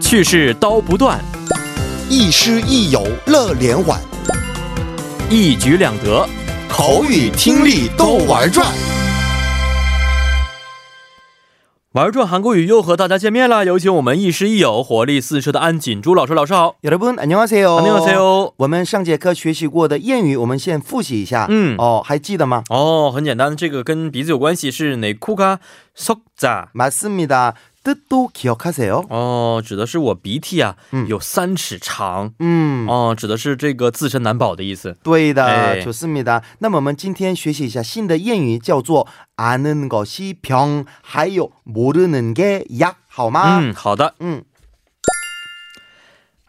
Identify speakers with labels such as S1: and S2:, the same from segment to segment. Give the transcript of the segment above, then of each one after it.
S1: 去世刀不断，
S2: 亦师亦友乐连环，
S1: 一举两得。
S2: 口语听力都玩转。
S1: 玩转韩国语又和大家见面了，有请我们亦师亦友、活力四射的安锦珠老师。老师好，
S2: 여러분 안녕하세요.
S1: 안녕하세요。
S2: 我们上节课学习过的谚语，我们先复习一下。
S1: 嗯
S2: 哦，还记得吗？
S1: 哦，很简单，这个跟鼻子有关系，是哪库嘎석扎。
S2: 맞습니다. 뜻도 기억하세요.
S1: 哦，指的是我鼻涕啊，
S2: 嗯
S1: 有三尺长。
S2: 嗯，
S1: 哦，指的是这个自身难保的意思。
S2: 对的，
S1: 哎
S2: 좋습니다。那么我们今天学习一下新的谚语，叫做“아는것이병，还有모르는게약”，好 음, 吗？
S1: 嗯，好的。
S2: 嗯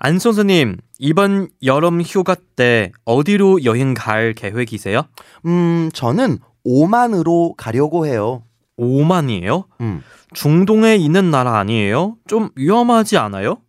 S1: 안 선생님, 이번 여름 휴가 때 어디로 여행 갈 계획이세요?
S2: 음 저는 오만으로 가려고 해요.
S1: 오만이에요?
S2: 음.
S1: 중동에 있는 나라 아니에요? 좀 위험하지 않아요?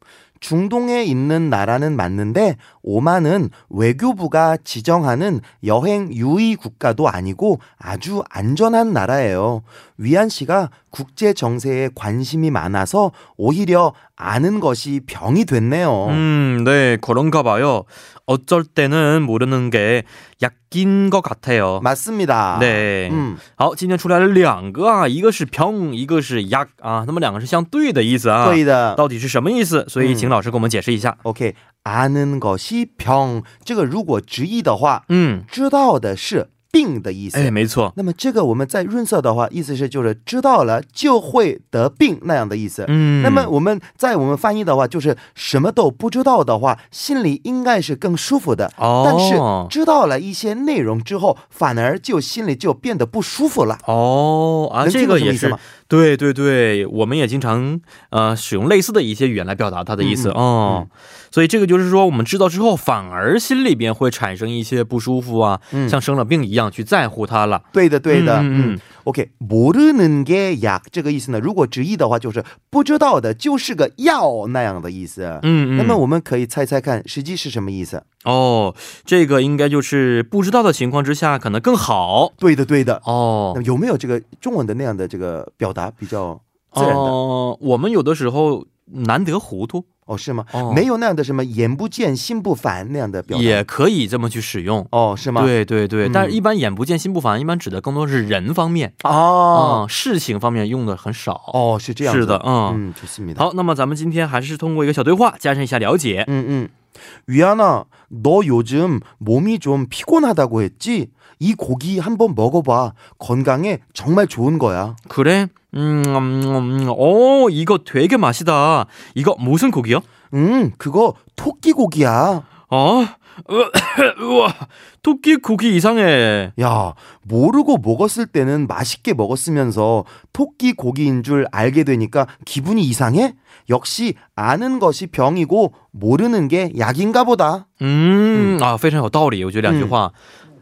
S2: 중동에 있는 나라는 맞는데 오만은 외교부가 지정하는 여행 유의 국가도 아니고 아주 안전한 나라예요. 위안 씨가 국제 정세에 관심이 많아서 오히려 아는 것이 병이 됐네요.
S1: 음, 네, 그런가 봐요. 어쩔 때는 모르는 게 약인 것 같아요.
S2: 맞습니다.
S1: 네.
S2: 음.
S1: 好，今天出来了两个啊，一个是병，一个是약 아, 啊，那么两个是相对的意思啊。
S2: 对的。
S1: 到底是什么意思？所以请老师给我们解释一下。
S2: OK， 아는 것이 병. 这个如果直译的话，
S1: 嗯，
S2: 知道的是病的意思。
S1: 哎，没错。
S2: 那么这个我们在润色的话，意思是就是知道了就会得病那样的意思。
S1: 嗯，
S2: 那么我们在我们翻译的话，就是什么都不知道的话，心里应该是更舒服的。
S1: 哦，
S2: 但是知道了一些内容之后，反而就心里就变得不舒服了。
S1: 哦啊，
S2: 能听
S1: 这
S2: 懂
S1: 个
S2: 什么
S1: 也
S2: 意思
S1: 是
S2: 吗，
S1: 对对对，我们也经常呃使用类似的一些语言来表达它的意思
S2: 嗯嗯
S1: 哦、所以这个就是说，我们知道之后，反而心里边会产生一些不舒服啊，
S2: 嗯
S1: 像生了病一样去在乎它了。
S2: 对的，对的，
S1: 嗯嗯
S2: 嗯
S1: 嗯
S2: OK，모르는게 약这个意思呢，如果直译的话，就是不知道的就是个药那样的意思。
S1: 嗯嗯，
S2: 那么我们可以猜猜看，实际是什么意思？
S1: 哦，这个应该就是不知道的情况之下，可能更好
S2: 对的，对的。那
S1: 哦
S2: 么。有没有这个中文的那样的这个表达比较
S1: 어.
S2: 自然的？哦，
S1: 哦，我们有的时候难得糊涂，
S2: 是吗、
S1: 哦
S2: 没有那样的什么眼不见心不烦那样的表达。
S1: 也可以这么去使用。
S2: 哦，是吗？。
S1: 对对对，
S2: 嗯
S1: 但是一般眼不见心不烦，一般指的更多是人方面。
S2: 哦、
S1: 啊、事情方面用的很少。
S2: 哦，是这样子。
S1: 是的嗯
S2: 嗯， 음, 좋습니다。，
S1: 好，那么咱们今天还是通过一个小对话加深一下了解。
S2: 음, 음. 위안아, 너 요즘 몸이 좀 피곤하다고 했지? 이 고기 한번 먹어봐. 건강에 정말 좋은 거야.
S1: 그래? 嗯 음, 음, 음, 어, 哦 이거 되게 맛있다. 이거 무슨 고기요?
S2: 음, 그거 토끼 고기야.
S1: 어? 으, 우와, 토끼 고기 이상해.
S2: 야, 모르고 먹었을 때는 맛있게 먹었으면서 토끼 고기인 줄 알게 되니까 기분이 이상해? 역시 아는 것이 병이고 모르는 게 약인가 보다.
S1: 嗯啊，非常有道理。我觉得两句话，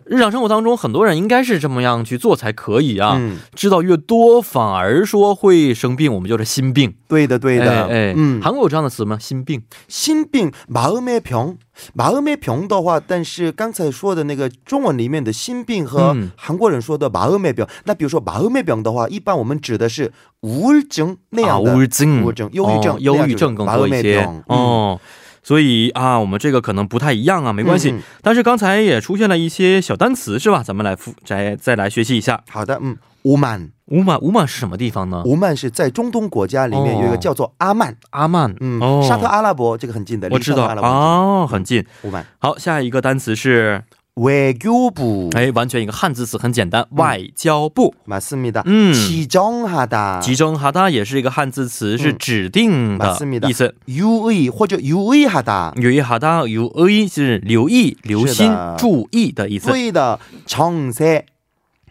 S1: 日常生活当中很多人应该是这么样去做才可以啊。
S2: 嗯
S1: 知道越多，反而说会生病，我们就是心病。
S2: 对的,对的.嗯
S1: 哎哎
S2: 음,
S1: 韩国有这样的词吗？心病。
S2: 신빙 마음의 병 마음의 병的话，但是刚才说的那个中文里面的心病和
S1: 嗯
S2: 韩国人说的 마음의 병，、那比如说 마음의 병的话，一般我们指的是无症那
S1: 啊，
S2: 样的。
S1: 忧郁症、
S2: 忧郁症忧郁症
S1: 哦忧郁症更多一些
S2: 那样就是麻痹病
S1: 哦。所以啊，我们这个可能不太一样啊，没关系。
S2: 嗯嗯
S1: 但是刚才也出现了一些小单词，是吧？咱们来复再再来学习一下。
S2: 好的，嗯，오만
S1: 乌曼，乌曼是什么地方呢？
S2: 乌曼是在中东国家里面
S1: 哦
S2: 有一个叫做阿曼，
S1: 阿曼，
S2: 嗯，
S1: 哦，
S2: 沙特阿拉伯这个很近的，
S1: 我知
S2: 离
S1: 道
S2: 沙特阿拉伯很近
S1: 哦，很近。
S2: 오만
S1: 好，下一个单词是，
S2: 嗯 외교부
S1: 哎，完全一个汉字词，很简单，
S2: 嗯
S1: 外交部。
S2: 맞습니다
S1: 嗯
S2: 지정하다
S1: 集中哈达也是一个汉字词，
S2: 嗯
S1: 是指定
S2: 맞습니다
S1: 的意思。
S2: 유의或者유의하다
S1: 有一哈达有 a 是留意、留
S2: 是
S1: 心
S2: 的、
S1: 注意的意思。
S2: 对的，정세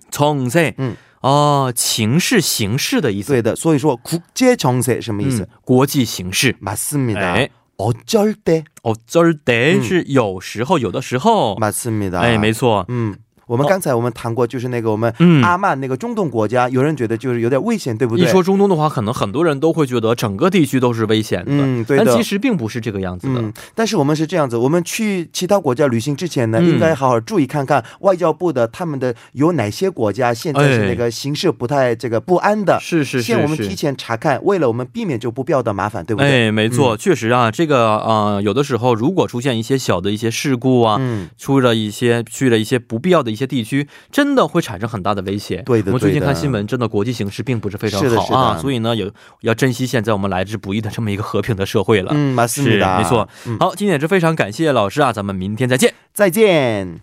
S1: 정세，
S2: 嗯，
S1: 哦，情势、形势的意思，
S2: 对的，所以说국제정세什么意思？
S1: 嗯，国际形势。
S2: 맞습니다.
S1: 哎。
S2: 어쩔 때
S1: 哦，这儿得
S2: 嗯
S1: 是有时候，有的时候，
S2: 맞습니다.
S1: 哎，没错。
S2: 嗯我们刚才我们谈过，就是那个我们
S1: 嗯
S2: 阿曼那个中东国家，有人觉得就是有点危险，对不
S1: 一
S2: 对？
S1: 说中东的话，可能很多人都会觉得整个地区都是危险的，
S2: 嗯对的
S1: 但其实并不是这个样子的。
S2: 嗯，但是我们是这样子，我们去其他国家旅行之前呢，
S1: 嗯
S2: 应该好好注意看看外交部的他们的有哪些国家现在是那个形势不太这个不安的，
S1: 哎是是
S2: 先我
S1: 是
S2: 们提
S1: 是。
S2: 前查看，为了我们避免就不必要的麻烦，对不对？
S1: 哎，没错，确实啊，这个呃，有的时候如果出现一些小的一些事故啊，
S2: 嗯，
S1: 出了一些去了一些不必要的一些地区，真的会产生很大的威胁。
S2: 对的
S1: 我们最近
S2: 对的
S1: 看新闻，真的国际形势并不是非常
S2: 是的
S1: 好啊，
S2: 是的
S1: 所以呢，有要珍惜现在我们来之不易的这么一个和平的社会了。
S2: 嗯，马斯
S1: 是
S2: 米达，
S1: 没错。好，今天也是非常感谢老师啊，咱们明天再见。
S2: 再见。